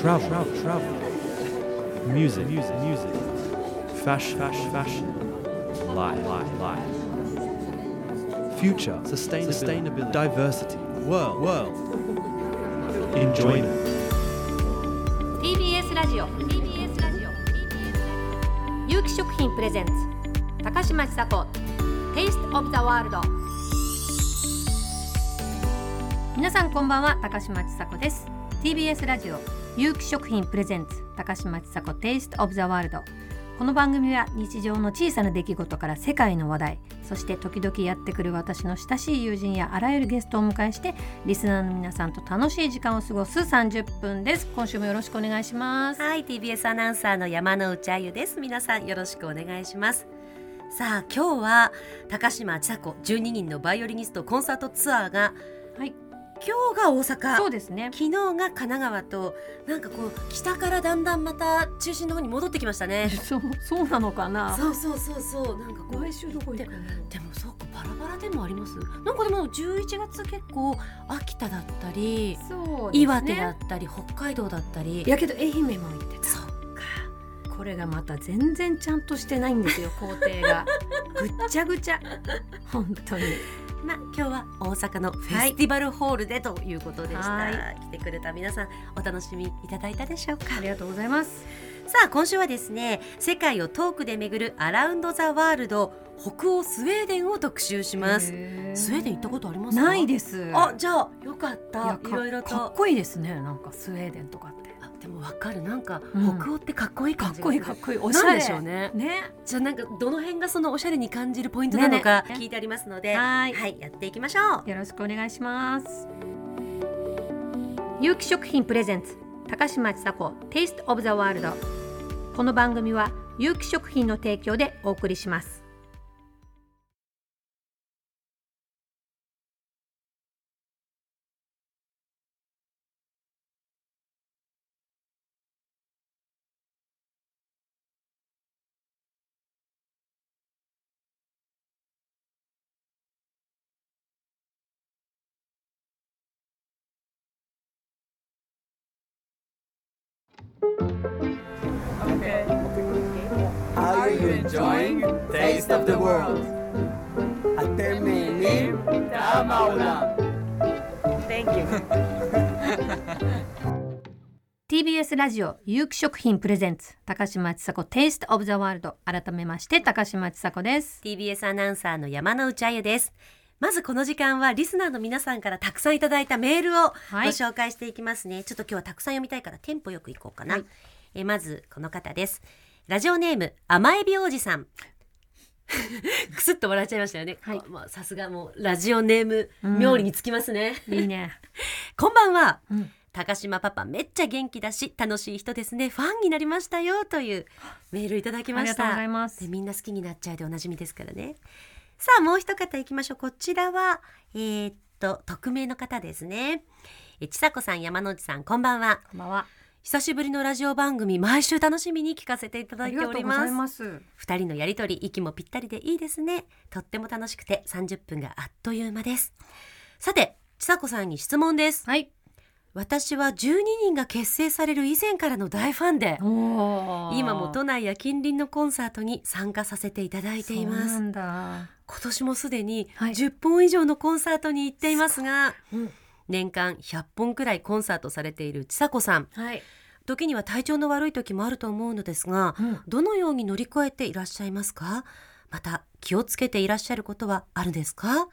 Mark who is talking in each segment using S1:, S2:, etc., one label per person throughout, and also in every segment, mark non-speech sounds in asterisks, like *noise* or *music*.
S1: travel, travel, travel. Music, music, music. Fashion, fashion, fashion. Life, life, life. Future, sustainability, sustainability. diversity, world, world. Enjoyment,
S2: TBS ラジオ TBS ラジオ TBS 有機食品プレゼンツ高嶋ちさ子 Taste of the World 皆さんこんばんは高嶋ちさ子です TBS ラジオ有機食品プレゼンツ高嶋ちさ子 Taste of the World この番組は日常の小さな出来事から世界の話題そして時々やってくる私の親しい友人やあらゆるゲストをお迎えしてリスナーの皆さんと楽しい時間を過ごす30分です今週もよろしくお願いします
S3: はい TBS アナウンサーの山之内あゆです皆さんよろしくお願いしますさあ今日は高嶋千佐子12人のバイオリニストコンサートツアーが
S2: はい
S3: 今日が大阪
S2: そうですね
S3: 昨日が神奈川となんかこう北からだんだんまた中心の方に戻ってきました
S2: *laughs*
S3: ね
S2: そうそうなのかな
S3: そうそうそうそうなんかこう
S2: 来週どこ行くの
S3: でもそうかバラバラでもありますなんかでも11月結構秋田だったり、
S2: そうですね
S3: 岩手だったり北海道だったり
S2: いやけど愛媛も行ってた
S3: そうか
S2: これがまた全然ちゃんとしてないんで
S3: *laughs*
S2: すよ工程がぐっちゃぐちゃ本当に
S3: まあ今日は大阪のフェスティバルホールでということでした、
S2: は
S3: 来てくれた皆さんお楽しみいただいたでしょうか
S2: ありがとうございます
S3: さあ今週はですね世界をトークで巡るアラウンド・ザ・ワールド北欧スウェーデンを特集しますスウェーデン行ったことありますか
S2: ないです
S3: あじゃあよかっ
S2: いや
S3: たい
S2: か
S3: ろいろ
S2: かっ
S3: と
S2: こいいですねなんかスウェーデンとかって
S3: あでもわかるなんか
S2: うん
S3: 北欧ってかっこいい
S2: か
S3: 感
S2: っ
S3: じ
S2: こいい
S3: が
S2: か
S3: す
S2: っ
S3: る
S2: こいいおしゃ
S3: なん
S2: れ
S3: でしょうね
S2: ね
S3: じゃあなんかどの辺がそのおしゃれに感じるポイントなのか
S2: ねね
S3: 聞いてありますので、は、
S2: はいい
S3: やっていきましょう
S2: よろしくお願いします有機食品プレゼンツ高嶋千佐子 Taste of the World この番組は有機食品の提供でお送りします
S4: How are you enjoying Taste of the World? אתם נהנים טעם העולם.
S2: TBS ラジオ有機食品プレゼンツ高嶋千佐子 Taste of the World 改めまして高嶋千佐子です
S3: TBS アナウンサーの山之内あゆですまずこの時間はリスナーの皆さんからたくさんいただいたメールをご
S2: い
S3: 紹介していきますね、ちょっと今日はたくさん読みたいからテンポよくいこうかな、
S2: はい
S3: えまずこの方ですラジオネーム甘えび王子さ
S2: *laughs*
S3: んくすっと笑っちゃいましたよね、
S2: はい
S3: あまあさすがもうラジオネーム妙利につきますね、
S2: いいね、
S3: こんばんは
S2: うん、
S3: 高島パパめっちゃ元気だし楽しい人ですねファンになりましたよというメールいただき
S2: あ
S3: ま
S2: り
S3: し
S2: がとうござい
S3: た
S2: ます
S3: でみんな好きになっちゃうでおなじみですからねさあもう一方いきましょうこちらはえーっと匿名の方ですねえちさこさん山之内さんこんばんは
S2: こんばんは
S3: 久しぶりのラジオ番組毎週楽しみに聞かせていただ
S2: あ
S3: い
S2: り
S3: て
S2: が
S3: お
S2: とう
S3: り
S2: ござい
S3: ます
S2: ます
S3: 二人のやりとり息もぴったりでいいですねとっても楽しくて30分があっという間ですさてちさこさんに質問です
S2: はい
S3: 私は12人が結成される以前からの大ファンで今
S2: 今
S3: も都内や近隣のコンサートに参加させていただいていま
S2: そうな
S3: す
S2: んだ
S3: 今年もすでに
S2: はい
S3: 10本以上のコンサートに行っていますが、
S2: ごいうん
S3: 年間100本くらいコンサートされているちさ子さん
S2: はい、
S3: 時には体調の悪い時もあると思うのですが
S2: うん
S3: どのように乗り越えていらっしゃいますかまた気をつけていらっしゃることはあるんですか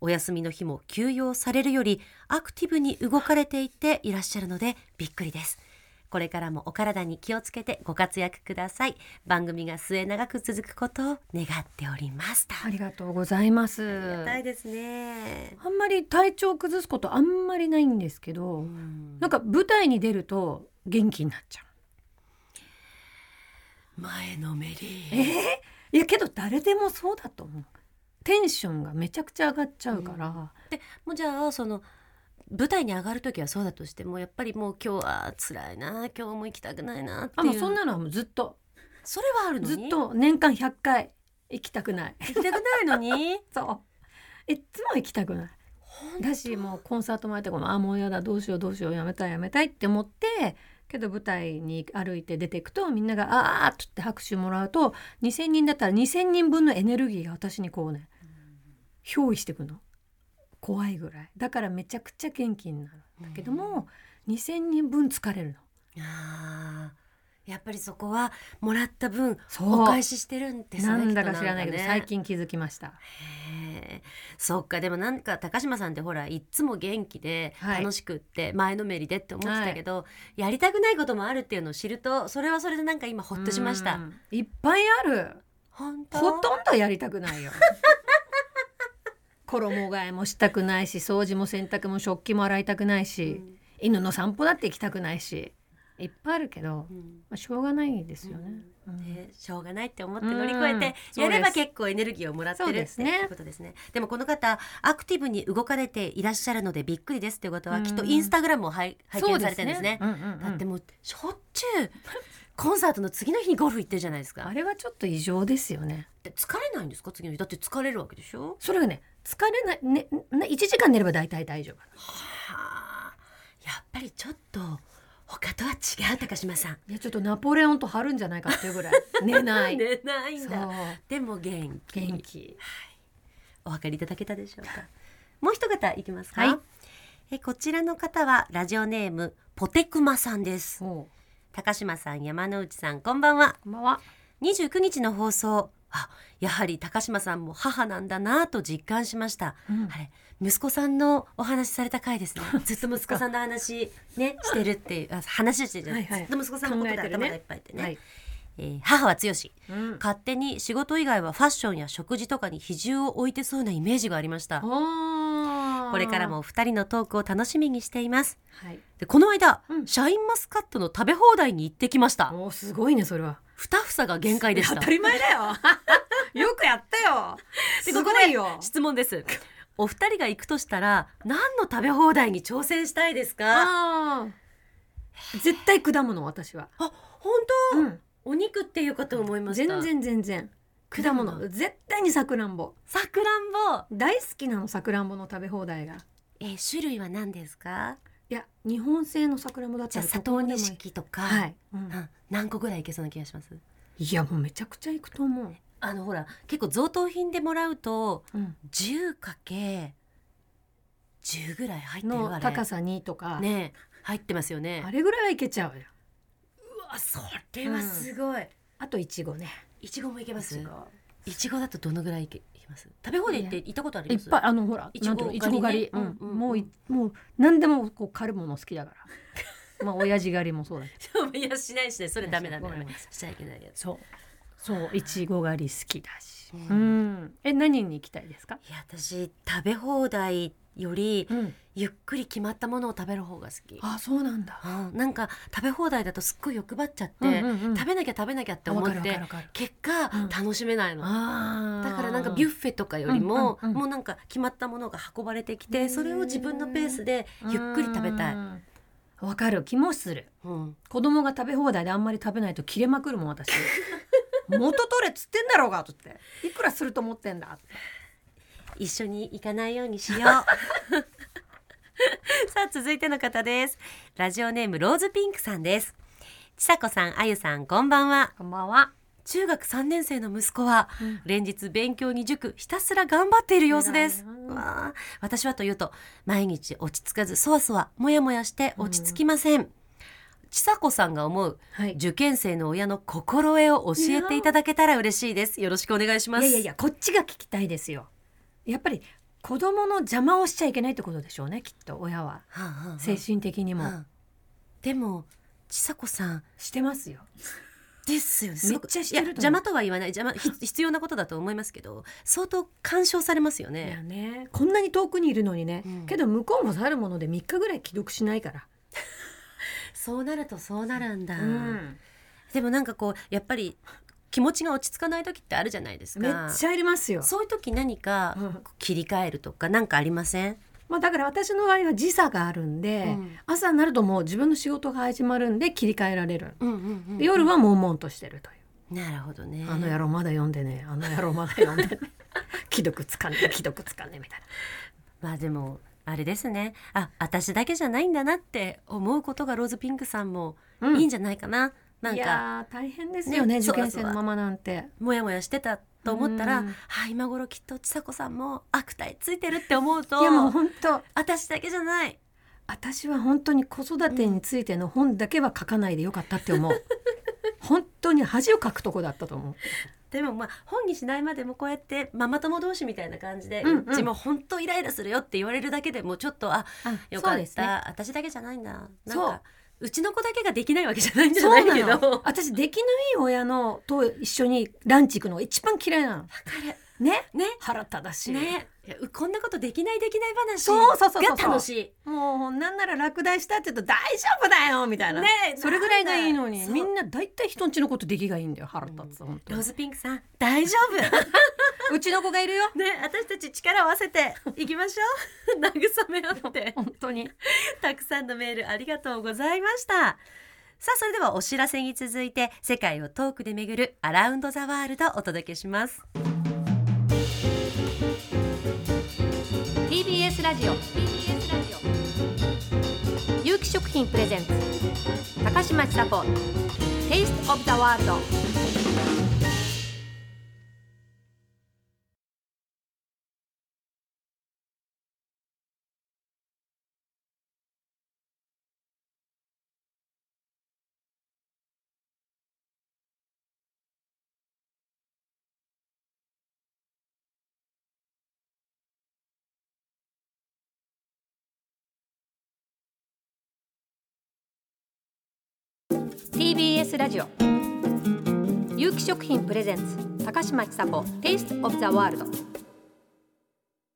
S3: お休みの日も休養されるよりアクティブに動かれていていらっしゃるのでびっくりですこれからもお体に気をつけてご活躍ください番組が末永く続くことを願っておりますと
S2: ありがとうございます。
S3: たいですね
S2: あんまり体調崩すことあんまりないんですけど、なんか舞台に出ると元気になっちゃ
S3: 前のめり
S2: う。いやけど誰でもそうだと思う。テンションがめちゃくちゃ上がっちゃうから、
S3: もうじゃあその舞台に上がる時はそうだとしてもやっぱりもう今日は辛いな今日も行きたくないなって
S2: あ
S3: いう
S2: もうそんなのはもうずっと
S3: それはあるのに
S2: ずっと年間100回行きたくない。
S3: 行きたくないのに *laughs*
S2: そう。いっつも行きたくない。だしもうコンサート前とかもあもうやだどうしようどうしようやめたいやめたいって思ってけど舞台に歩いて出ていくとみんなが「あーっ」つって拍手もらうと2,000人だったら2,000人分のエネルギーが私にこうね憑依してくの怖いぐらいだからめちゃくちゃ元気になるんだけども、2,000人分疲れるの。
S3: あーやっぱりそこはもらった分
S2: そう
S3: お返ししてるんですね
S2: なんだか知らないけど、
S3: きっとんかね
S2: 最近気づきました。
S3: へえそっかでもなんか高島さんってほらいっつも元気で
S2: はい
S3: 楽しくって前のめりでって思ってたけど、やりたくないこともあるっていうのを知るとそれはそれでなんか今ほっとしまし
S2: う
S3: た
S2: ん。いっぱいある。
S3: 本当
S2: ほとんどやりたくないよ。
S3: *laughs*
S2: 衣替えもしたくないし掃除も洗濯も食器も洗いたくないし、犬の散歩だって行きたくないしいっぱいあるけど、
S3: う
S2: ま
S3: ん
S2: あ、しょうがないですよね。うん
S3: ねしょうがないって思って乗り越えて
S2: うん
S3: やれば
S2: そうです
S3: 結構エネルギーをもらってる
S2: そう
S3: って
S2: ですね
S3: ってことですねでもこの方アクティブに動かれていらっしゃるのでびっくりですっていうことは
S2: うん
S3: きっとインスタグラムを拝拝見されてるんですね
S2: そうですねうんうんうん
S3: だってもうしょっちゅうコンサートの次の日にゴルフ行ってるじゃないですか
S2: あれはちょっと異常ですよね。
S3: で疲れないんですか次の日だって疲れるわけでしょ
S2: それがね疲れないねね1時間寝れば大体大丈夫。
S3: はあやっぱりちょっと他とは違う高島さん
S2: いやちょっとナポレオンと張るんじゃないかっていうぐらい寝な
S3: *laughs*
S2: い。
S3: 寝ない
S2: そ
S3: ん
S2: う
S3: だでも元気
S2: 元
S3: *laughs*
S2: 気。
S3: お分かりいただけたでしょう
S2: *laughs*
S3: かもう一方いきますか、
S2: はい
S3: えこちらの方はラジオネームポテクマさんです
S2: そ
S3: 高島さん山之内さんこんばんは
S2: う。こんばんは。
S3: 29日の放送あやはり高島さんも母なんだなぁと実感しました、
S2: うん
S3: あれ息子さんのお話しされた回
S2: *laughs*
S3: ですねずっと息子さんの話ねしてるっていうあ話してるじゃない、
S2: はいはい
S3: ずっと息子さんのこと
S2: 考
S3: で
S2: えてる
S3: 頭
S2: ね
S3: がいっぱいでね
S2: はい。
S3: えー母は強し、
S2: うん。
S3: 勝手に仕事以外はファッションや食事とかに比重を置いてそうなイメージがありました
S2: おー
S3: これからもお二人のトークを楽しみにしています
S2: はい。
S3: でこの間、
S2: うん
S3: シャインマスカットの食べ放題に行ってきました
S2: おーすごいねそれは。
S3: ふたふさが限界でした
S2: 当たり前だよ。 *laughs* よくやった
S3: *laughs*
S2: よ。すごいよ。
S3: 質問ですお二人が行くとしたら何の食べ放題に挑戦したいですかあ
S2: あー絶対果物私は。
S3: 本当、
S2: うん。
S3: お肉っていうかと思いました
S2: 全然全然。果
S3: 果
S2: 物
S3: 物
S2: 絶対にさくらんぼ
S3: さくらんぼ、
S2: 大好きなのさくらんぼの食べ放題が
S3: えー種類は何ですか
S2: いや日本製のさくらんぼだっ
S3: じ
S2: た
S3: ゃあ
S2: ら
S3: 佐
S2: どこ
S3: 藤
S2: にでもいい
S3: 錦とか、
S2: はい、うん
S3: うん何個ぐらいいけそうな気がします
S2: いやもうめちゃくちゃいくと思う、
S3: あのほら結構贈答品でもらうと
S2: うん、
S3: 10かけ10ぐらい入ってるわ
S2: の高
S3: ね
S2: さにとか、
S3: ねえ入ってますよね
S2: あれぐらいはいけちゃうよ
S3: うわそれはすごい、
S2: あといちごね
S3: いちごもいけます
S2: いちご
S3: いちごだとどのぐらいいけいけます食べ放題って行ったことあり
S2: い
S3: ま
S2: っ
S3: す
S2: ぱいあのほら
S3: いちご
S2: なんていうのいちご狩り、
S3: 狩りね
S2: うん
S3: うんうん
S2: もういもう何でもこう狩るもの好きだか
S3: *laughs*
S2: らまあ親父狩りもそうだけど
S3: いいやしないしないそれダメダメ
S2: ご
S3: ダ
S2: めん
S3: メ
S2: なさ
S3: しちゃいけないやつ
S2: そうそういちご狩り好きだし、う
S3: うんん
S2: え何に行きたいですか、
S3: いや私食べ放題より
S2: うん、
S3: ゆっくり決まったものを食べる方が好き、
S2: あそうなんだ
S3: うんなんか食べ放題だとすっごい欲張っちゃって、
S2: うんうんうん
S3: 食べなきゃ食べなきゃって
S2: あ
S3: 思
S2: わ
S3: っ
S2: かるわか
S3: て
S2: るわかる
S3: 結果、
S2: うん
S3: 楽しめないの
S2: あー
S3: だからなんかビュッフェとかよりも、
S2: うんうんうん
S3: もうなんか決まったものが運ばれてきてそれを自分のペースでゆっくり食べたい、
S2: うんわかる気もする
S3: うん
S2: 子供が食べ放題であんまり食べないと切れまくるもん
S3: *laughs*
S2: 私元取れっつってんだろうがとっていくらすると思ってんだって
S3: 一緒に行かないようにしよう *laughs* さあ続いての方ですラジオネームローズピンクさんですちさこさんあゆさんこんばんは
S2: こんばんは
S3: 中学3年生の息子は、
S2: うん
S3: 連日勉強に塾ひたすら頑張っている様子です
S2: 偉いな
S3: わあ私はというと毎日落ち着かずそわそわもやもやして落ち着きません、ちさこさんが思う
S2: はい
S3: 受験生の親の心得を教えていただけたら嬉しいですよろしくお願いしま
S2: い
S3: す
S2: やいやいやこっちが聞きたいですよやっぱり子供の邪魔をしちゃいけないってことでしょうねきっと親は
S3: はあはあはあ
S2: 精神的にも
S3: うんでもちさ子さん
S2: してますよ
S3: ですよねすごく
S2: めっちゃしてると思う
S3: いや邪魔とは言わない邪 *laughs* 魔ひ必要なことだと思いますけど相当干渉されますよ
S2: い
S3: ね
S2: やねこんなに遠くにいるのにね、
S3: うん
S2: けど向こうも去るもので3日ぐらい既読しないから、
S3: そうなるとそうなるんだ、
S2: うん
S3: でもなんかこうやっぱり気持ちが落ち着かない時ってあるじゃないです
S2: めっ
S3: か
S2: ちゃやりますよ
S3: そういう時何か
S2: うん
S3: こう切り替えるとかなんかありません、
S2: まあ、だから私の場合は時差があるんで、
S3: うん
S2: 朝になるともう自分の仕事が始まるんで切り替えられる、
S3: うんうんうん
S2: で夜は悶々としてるという、
S3: なるほどね
S2: あの野郎まだ読んでねあの野郎まだ読んで
S3: *laughs*
S2: ね既読つかねえ既読つかねえみたいな
S3: まあでもあれですねあ私だけじゃないんだなって思うことがローズピンクさんも
S2: うん
S3: いいんじゃないかな。なん
S2: い
S3: か
S2: やー大変ですよね
S3: ね
S2: 受
S3: そうだ
S2: 験生のままなんて
S3: もやもやしてたと思ったら、
S2: うん
S3: はあ、今頃きっとちさ子さんも悪態ついてるって思うと
S2: いやもう本当
S3: 私だけじゃない
S2: 私は本当に子育てについての本だけは書かないでよかったって思
S3: *laughs*
S2: う本当に恥をかくとこだったと思う
S3: でもまあ本にしないまでもこうやってママ友同士みたいな感じで、
S2: う
S3: うん
S2: うん
S3: ちも本当イライラするよって言われるだけでもうちょっとあよか
S2: そう
S3: っ
S2: です
S3: た、
S2: ね
S3: 私だけじゃないんだなん
S2: そう
S3: かうちの子だけができないわけじゃないんじゃ
S2: そ
S3: な
S2: う
S3: い
S2: な
S3: けど
S2: の私出来のいい親のと一緒にランチ行くのが一番嫌いなのね
S3: *laughs* ね
S2: 腹立たしい
S3: ねいやうこんなことできないできない話
S2: そうそうそうそう
S3: が楽しい
S2: もうなんなら落第したって言うと大丈夫だよみたいな、
S3: ねえ
S2: それぐらいがいいのに
S3: そう
S2: みんな大体人んちのこと出来がいいんだよ腹立つ、本当
S3: ロ
S2: に
S3: ーズピンクさん大丈夫
S2: *laughs* うちの子がいるよ
S3: ね私たち力を合わせていきましょう *laughs* 慰め合って
S2: 本当に
S3: たくさんのメールありがとうございましたさあそれではお知らせに続いて世界をトークで巡るアラウンドザワールドをお届けします
S2: TBS ラジオ TBS ラジオ有機食品プレゼンツ高嶋ちさ子 Taste of the World
S5: TBS ラジオ有機食品プレゼンツ高嶋ちさ子 Taste of the World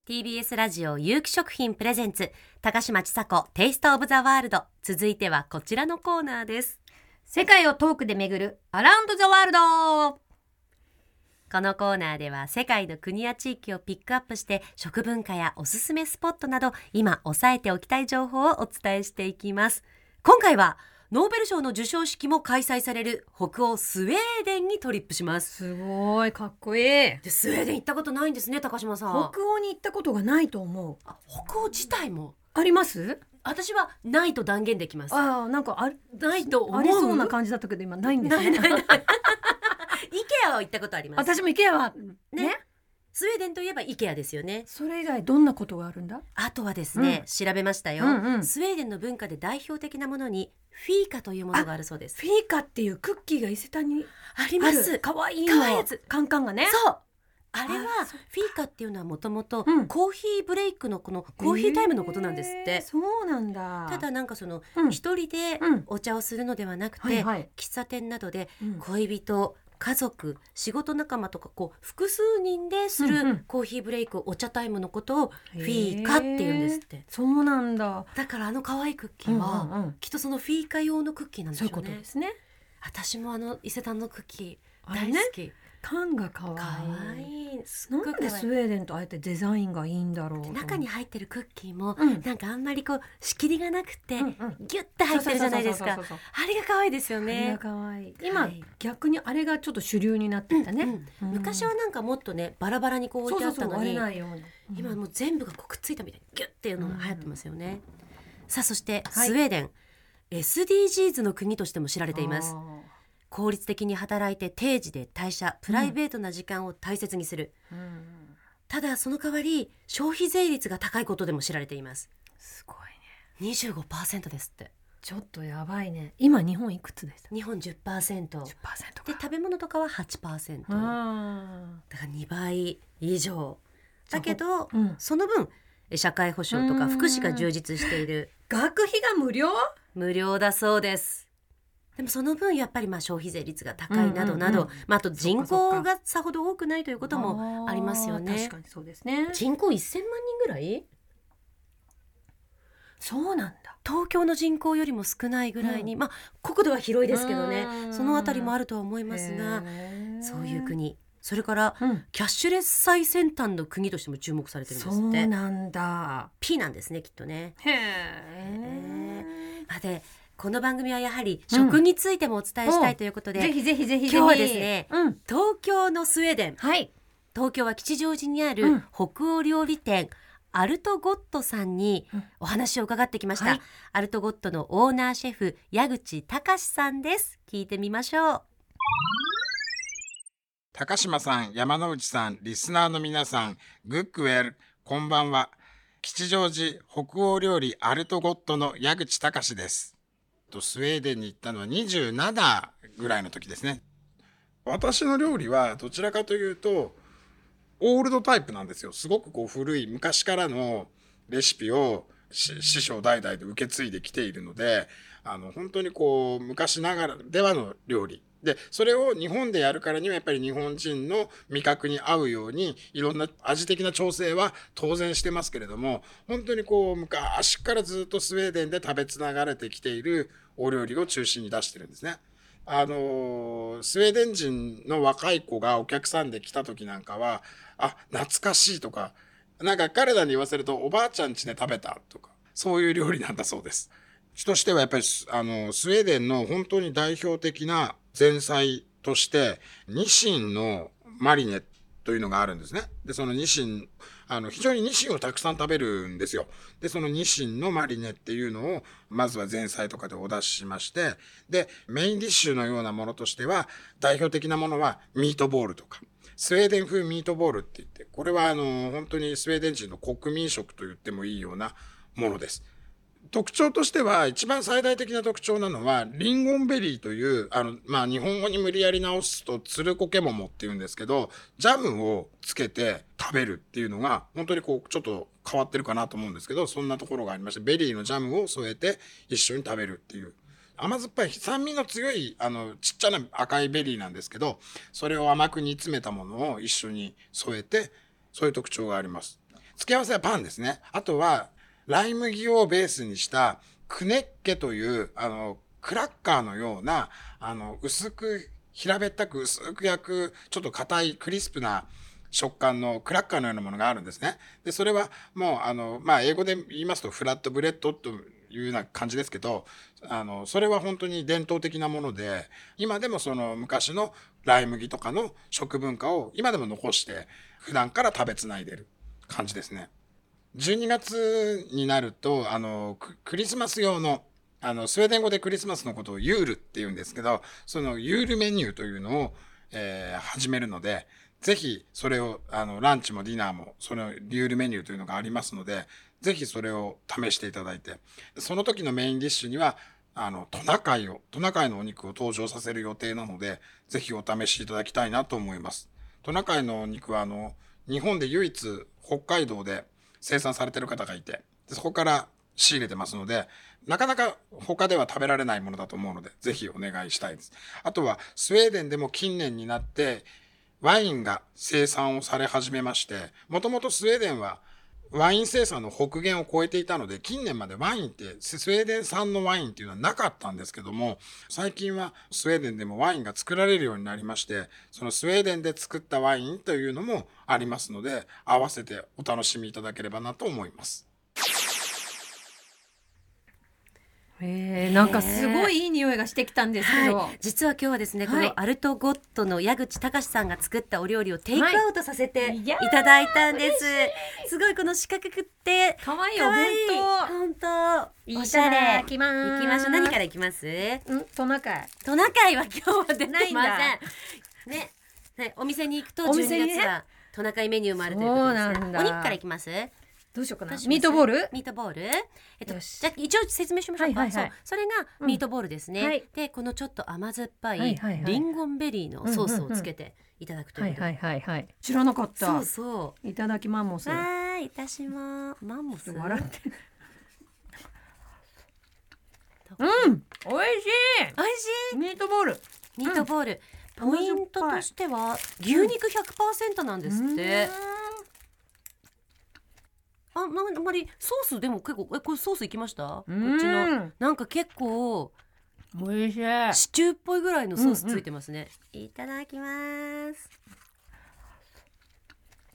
S3: TBS ラジオ有機食品プレゼンツ高嶋ちさ子テイストオブザワールド続いてはこちらのコーナーです
S2: 世界をトークで巡るアラウンドザワールド
S3: このコーナーでは世界の国や地域をピックアップして食文化やおすすめスポットなど今押さえておきたい情報をお伝えしていきます今回はノーベル賞の授賞式も開催される北欧スウェーデンにトリップします
S2: すごいかっこいい
S3: でスウェーデン行ったことないんですね高島さん
S2: 北欧に行ったことがないと思う
S3: あ北欧自体も
S2: あります
S3: 私はないと断言できます
S2: ああなんかあ
S3: ないと思う
S2: ありそうな感じだったけど今ないんです
S3: *laughs* な
S2: ね *laughs*
S3: いないないイケアは行ったことあります
S2: 私も行けば
S3: ね
S2: ね
S3: スウェーデンといえばイケアですよね
S2: それ以外どんなことがあるんだ
S3: あとはですね、調べましたよ、
S2: うんうん
S3: スウェーデンの文化で代表的なものにフィーカというものがあるそうです
S2: フィーカっていうクッキーが伊勢丹に
S3: あり
S2: あるかわいいの
S3: かわいいやつ
S2: カンカンがね
S3: そうあれは
S2: あそ
S3: フィーカっていうのはもともと
S2: うん
S3: コーヒーブレイクのこのコーヒータイムのことなんですって、
S2: へーそうなんだ
S3: ただなんかその
S2: うん
S3: 一人で
S2: うん
S3: お茶をするのではなくて、
S2: はいはい
S3: 喫茶店などで
S2: うん
S3: 恋人家族仕事仲間とかこう複数人です
S2: うんう
S3: る
S2: ん
S3: コーヒーブレイクお茶タイムのことをフィーカって言うんですって
S2: そうなんだ
S3: だからあの可愛いクッキーは、
S2: うんうんうん
S3: きっとそのフィーカ用のクッキーなんでし
S2: そ
S3: ょう
S2: ういうこと
S3: ね
S2: ですね
S3: 私もあの伊勢丹のクッキー
S2: あれ
S3: 大
S2: ね
S3: 好き、
S2: 缶がかわ
S3: 可愛
S2: いい
S3: いすっ
S2: な
S3: ごい
S2: ん
S3: 可愛
S2: で
S3: い
S2: スウェーデンとあえてデザインがいいんだろう
S3: 中に入ってるクッキーも、
S2: うん
S3: なんかあんまりこう仕切りがなくて、
S2: うんうん
S3: ギュッと入ってるじゃないですか
S2: そうそうそうそうそう
S3: あれが可愛いですよ
S2: あれが
S3: ね
S2: 可愛い
S3: は
S2: 今
S3: い
S2: 逆にあれがちょっと主流になってたね
S3: うん昔はなんかもっとねバラバラにこう置い
S2: そう
S3: てあ
S2: そう
S3: った
S2: そう
S3: の
S2: 割
S3: に
S2: れないように
S3: 今もう全部がこうくっついたみたいにギュッっていうのが流行ってますよね、さあそして
S2: はい
S3: スウェーデン、SDGs の国としても知られています
S2: あー
S3: 効率的に働いて定時で退社プライベートな時間を大切にする、
S2: うん
S3: ただその代わり消費税率が高いことでも知られています
S2: すごいね
S3: 25%ですって
S2: ちょっとやばいね今日本いくつでした
S3: 日本10%で
S2: 10%か
S3: 食べ物とかは8%だか
S2: あ
S3: ら2倍以上だけど、
S2: ーうん
S3: その分え社会保障と
S2: う
S3: か
S2: ん
S3: 福祉が充実している
S2: 学費が無料
S3: 無料だそうですでもその分やっぱりまあ消費税率が高いなどなど、
S2: うんうん
S3: まあ、あと人口
S2: そっか
S3: がさほど多くないということもありますよ
S2: あー
S3: ね
S2: 確かにそうですね
S3: 人口1000万人ぐらい
S2: そうなんだ
S3: 東京の人口よりも少ないぐらいに、まあ国土は広いですけどね
S2: うん
S3: そのあたりもあるとは思いますが
S2: へー
S3: そういう国それから
S2: うん
S3: キャッシュレス最先端の国としても注目されてるんで
S2: そ
S3: すっ
S2: う
S3: て
S2: なんだ
S3: P なんですねきっとね。
S2: へえ
S3: まあでこの番組はやはり食についてもお伝えした
S2: う
S3: い
S2: ん
S3: ということで、
S2: ぜひぜひぜひぜひ
S3: 今日はですね
S2: うん
S3: 東京のスウェーデン
S2: はい
S3: 東京は吉祥寺にあ
S2: う
S3: る
S2: ん
S3: 北欧料理店、アルトゴットさんにお話を伺ってきました、
S2: はい
S3: アルトゴットのオーナーシェフ矢口隆さんです聞いてみましょう
S6: 高島さん、山之内さん、リスナーの皆さん、グックウェル、こんばんは。吉祥寺北欧料理アルトゴットの矢口隆です。とスウェーデンに行ったのは27ぐらいの時ですね。私の料理はどちらかというと、オールドタイプなんですよ。すごくこう古い昔からのレシピをし師匠代々で受け継いできているので、あの本当にこう昔ながらではの料理。で、それを日本でやるからにはやっぱり日本人の味覚に合うようにいろんな味的な調整は当然してますけれども、本当にこう昔からずっとスウェーデンで食べつながれてきているお料理を中心に出してるんですね。あのースウェーデン人の若い子がお客さんで来た時なんかは、あ、懐かしいとか、なんか彼らに言わせるとおばあちゃん家で食べたとか、そういう料理なんだそうです。うちとしてはやっぱりス、あの、スウェーデンの本当に代表的な前菜として、ニシンのマリネというのがあるんですね。で、そのニシン、あの、非常にニシンをたくさん食べるんですよ。で、そのニシンのマリネっていうのを、まずは前菜とかでお出ししまして、で、メインディッシュのようなものとしては、代表的なものはミートボールとか、スウェーデン風ミートボールって言って、これはあの、本当にスウェーデン人の国民食と言ってもいいようなものです。特徴としては一番最大的な特徴なのはリンゴンベリーというあの、まあ、日本語に無理やり直すとつるこけももっていうんですけどジャムをつけて食べるっていうのが本当にこうちょっと変わってるかなと思うんですけどそんなところがありましてベリーのジャムを添えて一緒に食べるっていう甘酸っぱい酸味の強いあのちっちゃな赤いベリーなんですけどそれを甘く煮詰めたものを一緒に添えてそういう特徴があります。付け合わせはパンですね。あとは、ライ麦をベースにした、クネッケという、あの、クラッカーのような、あの、薄く、平べったく薄く焼く、ちょっと硬いクリスプな食感のクラッカーのようなものがあるんですね。で、それはもう、あの、まあ、英語で言いますと、フラットブレッドというような感じですけど、あの、それは本当に伝統的なもので、今でもその昔のライ麦とかの食文化を今でも残して、普段から食べつないでる感じですね。12月になると、あの、ククリスマス用の、あの、スウェーデン語でクリスマスのことをユールって言うんですけど、そのユールメニューというのを、えー始めるので、ぜひそれを、あの、ランチもディナーも、そのユールメニューというのがありますので、ぜひそれを試していただいて、その時のメインディッシュには、あの、トナカイを、トナカイのお肉を登場させる予定なので、ぜひお試しいただきたいなと思います。トナカイのお肉は、あの、日本で唯一北海道で生産されてる方がいて、でそこから仕入れてますので、なかなか他では食べられないものだと思うので、ぜひお願いしたいです。あとは、スウェーデンでも近年になって、ワインが生産をされ始めまして、もともとスウェーデンはワイン生産の北限を超えていたので、近年までワインって、ススウェーデン産のワインっていうのはなかったんですけども、最近はスウェーデンでもワインが作られるようになりまして、そのスウェーデンで作ったワインというのもありますので、合わせてお楽しみいただければなと思います。
S2: えー、なんかすごいいい匂いがしてきたんですけど、
S3: はい、実は今日はですね、
S2: はい
S3: このアルトゴットの矢口隆さんが作ったお料理をテイクアウトさせて
S2: はい
S3: い
S2: いやー
S3: ただいたんです、すごいこの四角くって
S2: 可愛い
S3: 可
S2: お
S3: 愛い
S2: 弁
S3: 本当
S2: 当。
S3: おしゃれ
S2: いきまー
S3: 行
S2: す。
S3: きましょう何から行きます
S2: んトナカイ。
S3: トナカイは今日は出てま
S2: な
S3: せん
S2: いんだ
S3: ね、ねお店に行くと
S2: お店
S3: 12
S2: に
S3: 月
S2: ね
S3: はトナカイメニューもあるということですね
S2: そうなんだ
S3: お肉から行きます
S2: どうしようかな
S3: どうします
S2: ミートボール。
S3: ミートボールえっと
S2: よし
S3: じゃあ一応説明しましょうか、
S2: はいはいはい
S3: そうそれがミートボールですね、
S2: うんはい
S3: でこのちょっと甘酸っぱ
S2: はい
S3: い
S2: はいはい
S3: リンゴンベリーのソースをつけていただくということで、
S2: いはいはい。知らなかった。
S3: そうそ
S2: いただきマンモス。
S3: う
S2: 笑
S3: わーい私もマンモス
S2: って。うん、美味し
S3: 美味し
S2: い。ミートボール。
S3: いミートボール、ポイントとしては牛肉100%なんですって、あなあんまりソースでも結構えこれソースいきましたこっちの
S2: の。
S3: なんか結構
S2: 美味しい。
S3: シチューっぽいぐらいのソースついてますね、いただきます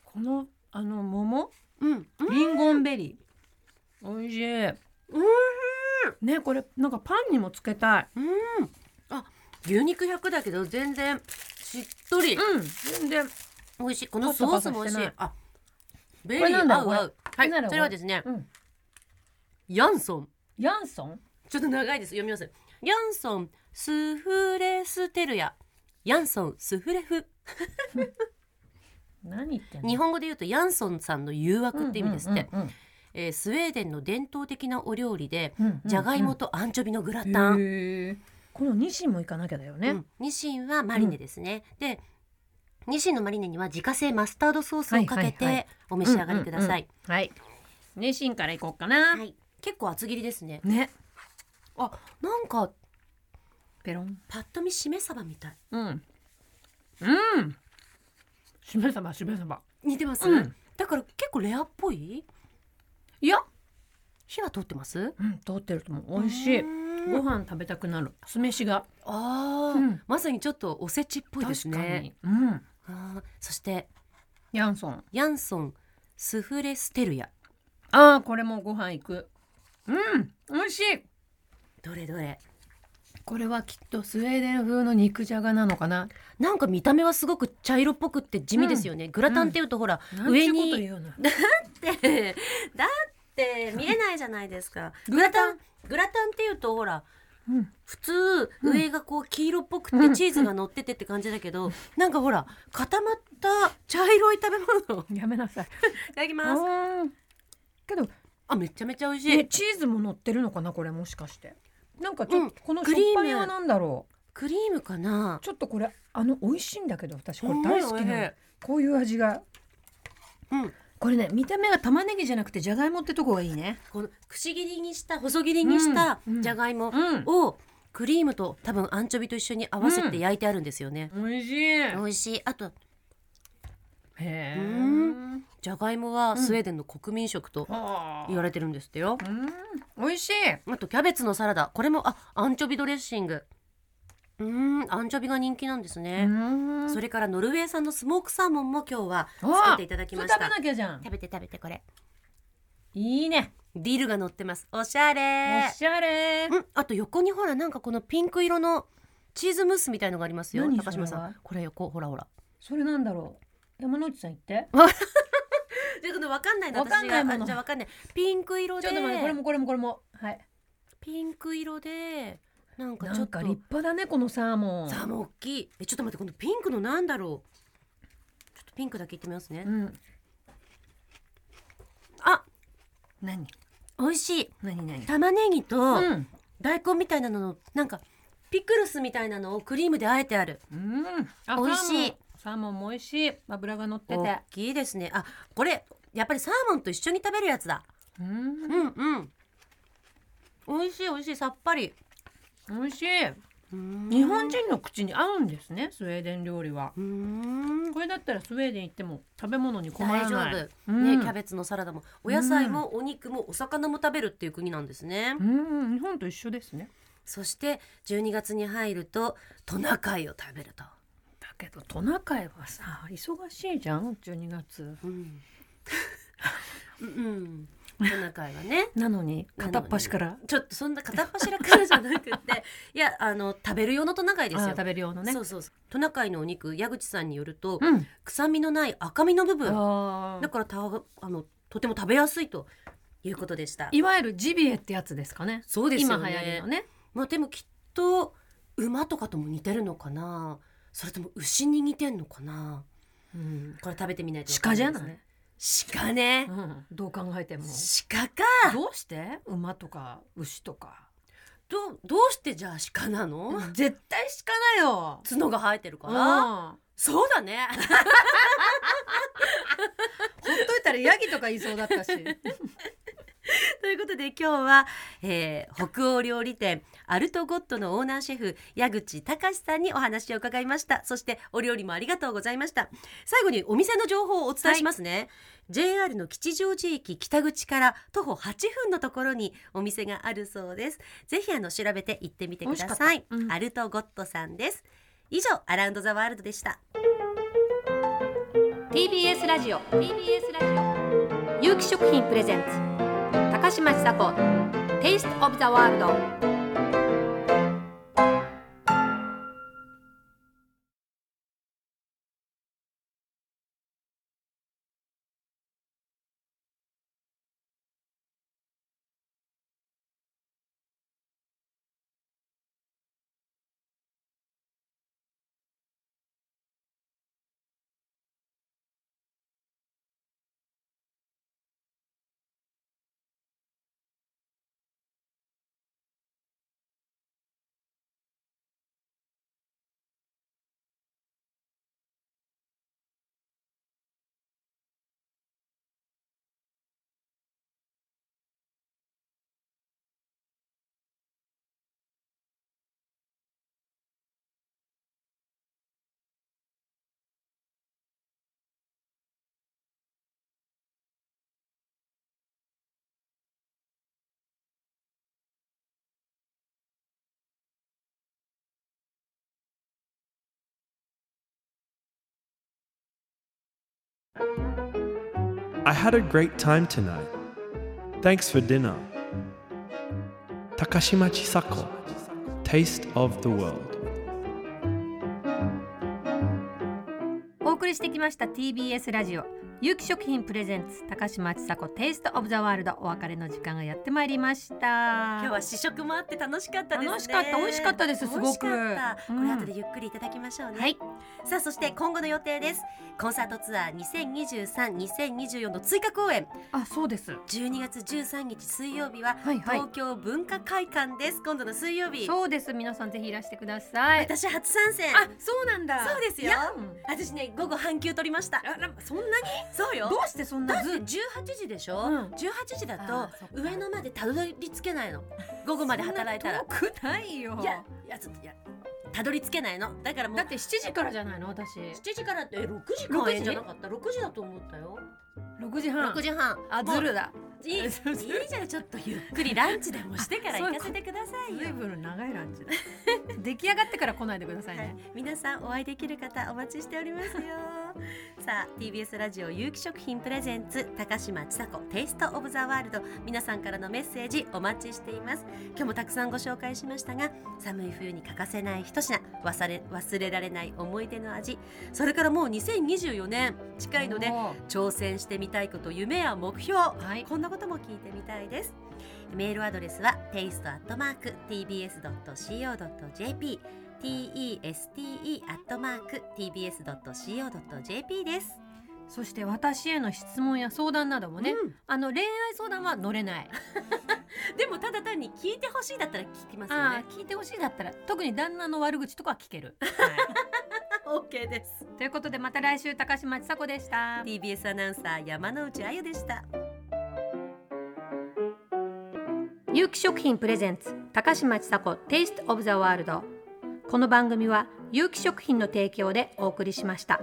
S2: この、あの桃。
S3: うん、うん、
S2: リンゴンベリー。美味しい。美味しい。ね、これ、なんかパンにもつけたい。
S3: 牛肉100だけど全然しっとり、
S2: うん、全然。
S3: 美味しいこのソースも美味しい
S2: パサパサして
S3: あベ
S2: これ
S3: リ
S2: な
S3: ー
S2: んだ
S3: 合う合う
S2: こ
S3: は
S2: れ
S3: い
S2: なんだろう
S3: それはですね
S2: うん
S3: ヤンソン
S2: ヤンソン
S3: ちょっと長いです読みますヤンソンスフレステルヤヤンソンスフレフ
S2: 何言ってんの
S3: 日本語で言うとヤンソンさんの誘惑って意味ですって、
S2: うんうんうん
S3: えースウェーデンの伝統的なお料理で、
S2: うんうん
S3: じゃがいもとアンチョビのグラタン、
S2: へえこのニシンも行かなきゃだよね、
S3: うんニシンはマリネですね、でニシンのマリネには自家製マスタードソースをかけ
S2: はいはいはい
S3: てお召し上がりください、
S2: はいニシンから行こうかな、
S3: はい結構厚切りですね
S2: ね
S3: あなんか
S2: ペロン
S3: パッと見しめ鯖みたい
S2: うんうんしめさばしめさば
S3: 似てます、
S2: うん
S3: だから結構レアっぽい
S2: いや
S3: 火は通ってます
S2: うん通ってると思う美味しい
S3: うん
S2: ご飯食べたくなる酢飯が
S3: あー、
S2: うん
S3: まさにちょっとおせちっぽいです
S2: 確か
S3: ね
S2: にうん
S3: あーそして
S2: ヤンソン
S3: ヤンソンスフレステルヤ
S2: ああこれもご飯行くうん美味しい
S3: どれどれ
S2: これはきっとスウェーデン風の肉じゃがなのかな
S3: なんか見た目はすごく茶色っぽくって地味ですよね、グラタンっていうとほら、
S2: なん
S3: 上
S2: ちゅうこと
S3: に
S2: 言うの
S3: だって *laughs* だって見えないじゃないですかグラタングラタンっていうとほら、
S2: うん
S3: 普通上がこう黄色っぽく
S2: う
S3: て
S2: ん
S3: チーズが乗っててって感じだけど、なんかほら固まった茶色い食べ物い
S2: *laughs* やめなさい
S3: ただきます
S2: あーけど
S3: あめちゃめちゃ美味しい、
S2: ね、チーズも乗ってるのかなこれもしかしてなんかち
S3: う
S2: ょっと、
S3: ん
S2: このし
S3: ク
S2: ょっ
S3: リーム
S2: ぱいはなんだろう
S3: クリームかな
S2: ちょっとこれあの美味しいんだけど私これ
S3: うん
S2: 大好
S3: 美味
S2: きな
S3: し
S2: の
S3: い
S2: こういう味が
S3: うん
S2: これね見た目が玉ねぎじゃなくてじゃがいもってとこがいいね
S3: このくし切りにした細切りにした
S2: うん
S3: じゃがいも
S2: うん
S3: をクリームと多分アンチョビと一緒に合わせて焼いてあるんですよね、
S2: 美味しいへ
S3: 美味しいあと
S2: え
S3: うんじゃがいもはスウェーデンの国民食と
S2: はあ
S3: 言われてるんですってよ、
S2: うん美味しい
S3: あとキャベツのサラダこれもあアンチョビドレッシングうーんアンチョビが人気なんです
S2: う
S3: ね、
S2: ん
S3: それからノルウェー産のスモークサーモンも今日は
S2: わあ
S3: 作っていただきまし
S2: それ
S3: た
S2: 食べなきゃじゃん
S3: 食べて食べてこれ
S2: いいね
S3: ディルが乗ってますおしゃれ
S2: おしゃれ
S3: うんあと横にほらなんかこのピンク色のチーズムースみたいのがありますよ
S2: 何
S3: 高島
S2: それ
S3: さ
S2: は
S3: んこれ横ほらほら
S2: それなんだろう山之内さん言って
S3: じゃあこのわかんないの
S2: わかんないもの
S3: 私があじゃあわかんないピンク色
S2: ち
S3: で
S2: ょっと待ってこれもこれもこれもはい
S3: ピンク色でなんか
S2: な
S3: ちょ
S2: ん
S3: っと
S2: か立派だねこのサーモン
S3: さあもう大きいえちょっと待ってこのピンクのなんだろうちょっとピンクだけいってみますね、
S2: うん
S3: あ
S2: 何
S3: 美味しい
S2: 何何
S3: 玉ねぎと
S2: うん
S3: 大根みたいなののなんかピクルスみたいなのをクリームであえてある
S2: うんあ
S3: 美味しい
S2: サーモンサーモンも美味しい脂が乗ってて
S3: 大きいですねあこれやっぱりサーモンと一緒に食べるやつだ
S2: うん
S3: うんうん美味しい美味しいさっぱり
S2: 美味しい日
S3: 日
S2: 本人の口に合うんですねスウェーデン料理は
S3: うーん
S2: これだったらスウェーデン行っても食べ物に困
S3: 大
S2: ら
S3: 丈
S2: ない
S3: 夫、
S2: うん
S3: ねキャベツのサラダもお野菜もお肉もお魚も食べるっていう国なんですね、
S2: うん日本と一緒ですね
S3: そして12月に入るとトナカイを食べると、
S2: だけどトナカイはさ忙しいじゃん12月 *laughs*
S3: うん、うんうんトナカイはね
S2: なのに片っ端から
S3: ちょっとそんな片っ柱からじゃなくて
S2: *laughs*
S3: いやあの食べる用のトナカイですよ
S2: あ食べる用のね
S3: そうそうそうトナカイのお肉矢口さんによると、
S2: うん
S3: 臭みのない赤身の部分
S2: あ
S3: だ
S2: ー
S3: からたあのとても食べやすいということでした
S2: いわゆるジビエってやつですかね
S3: そうですよね
S2: 今流行りのね
S3: まあでもきっと馬とかとも似てるのかなそれとも牛に似てんのかな
S2: うん
S3: これ食べてみないとわか
S2: 鹿
S3: ん
S2: じ
S3: で
S2: ゃない
S3: すね鹿ね
S2: うんどう考えても
S3: 鹿か
S2: どうして馬とか牛とか
S3: どどうしてじゃあ鹿なの
S2: 絶対鹿だよ
S3: 角が生えてるか
S2: うん
S3: ら
S2: ほ
S3: そうだね
S2: っといたらヤギとか言いそうだったし
S3: *laughs* ということで今日は、えー北欧料理店アルトゴットのオーナーシェフ矢口隆さんにお話を伺いましたそしてお料理もありがとうございました最後にお店の情報をお伝えしますね、JR の吉祥寺駅北口から徒歩8分のところにお店があるそうですぜひあの調べて行ってみてください、
S2: 美味しかったうん
S3: アルトゴットさんです以上アラウンドザワールドでした
S5: TBS ラジオ TBS ラジオ有機食品プレゼンツ高嶋ちさ子 Taste of the World
S1: I had a great time tonight. Thanks for dinner. Takashimachi Sako, Taste of the World.
S2: お送りしてきました TBS ラジオ有機食品プレゼンツ高島千佐子テイストオブザワールドお別れの時間がやってまいりました
S3: 今日は試食もあって楽しかったですね
S2: 楽しかった美味しかったですすごく
S3: 美味しかった
S2: うん
S3: これ後でゆっくりいただきましょうね、
S2: はい
S3: さあそして今後の予定ですコンサートツアー2023-2024の追加公演
S2: あそうです
S3: 12月13日水曜日は
S2: はいはい
S3: 東京文化会館です、今度の水曜日
S2: そうです皆さんぜひいらしてください
S3: 私初参戦
S2: あそうなんだ
S3: そうですよ
S2: いやうん
S3: 私ね午後半休取りました
S2: あらそんなに
S3: そうよ
S2: どうしてそん
S3: だ
S2: な
S3: って
S2: ず
S3: 18時でしょ、
S2: うん
S3: 18時だ
S2: あ
S3: と
S2: ーそっか
S3: 上野までたどり着けないの午後まで働いたら
S2: そんな遠くないよ
S3: いやいやちょっといやたどり着けないのだからもう
S2: だって7時からじゃないの私
S3: 7時からってえ6時
S2: 6
S3: 開
S2: 時
S3: 演じゃなかった6時だと思ったよ
S2: 6時半
S3: 6時半
S2: あずるだ
S3: い *laughs* いいいじゃんちょっとゆっくりランチでもしてから行かせてください
S2: ず
S3: よ
S2: いぶん長いランチだ出来上がってから来ないでください
S3: はい
S2: ね、
S3: 皆さんお会いできる方お待ちしておりますよ *laughs* さあ TBS ラジオ有機食品プレゼンツ高島千佐子テイストオブザワールド皆さんからのメッセージお待ちしています今日もたくさんご紹介しましたが寒い冬に欠かせない一品忘れ忘れられない思い出の味それからもう2024年近いので
S2: もう
S3: 挑戦してみたいこと夢や目標、
S2: い
S3: こんなことも聞いてみたいですメールアドレスは taste.tbs.co.jp taste.tbs.co.jp です
S2: そして私への質問や相談などもね、
S3: うん
S2: あの恋愛相談は乗れない
S3: でもただ単に聞いてほしいだったら聞きますよ
S2: あ
S3: ね
S2: あ聞いてほしいだったら特に旦那の悪口とかは聞ける、
S3: *laughs* OK です
S2: ということでまた来週高島千佐子でした。
S3: TBS アナウンサー山之内あゆでした
S2: 有機食品プレゼンツ高島千佐子テイストオブザワールドこの番組は有機食品の提供でお送りしました。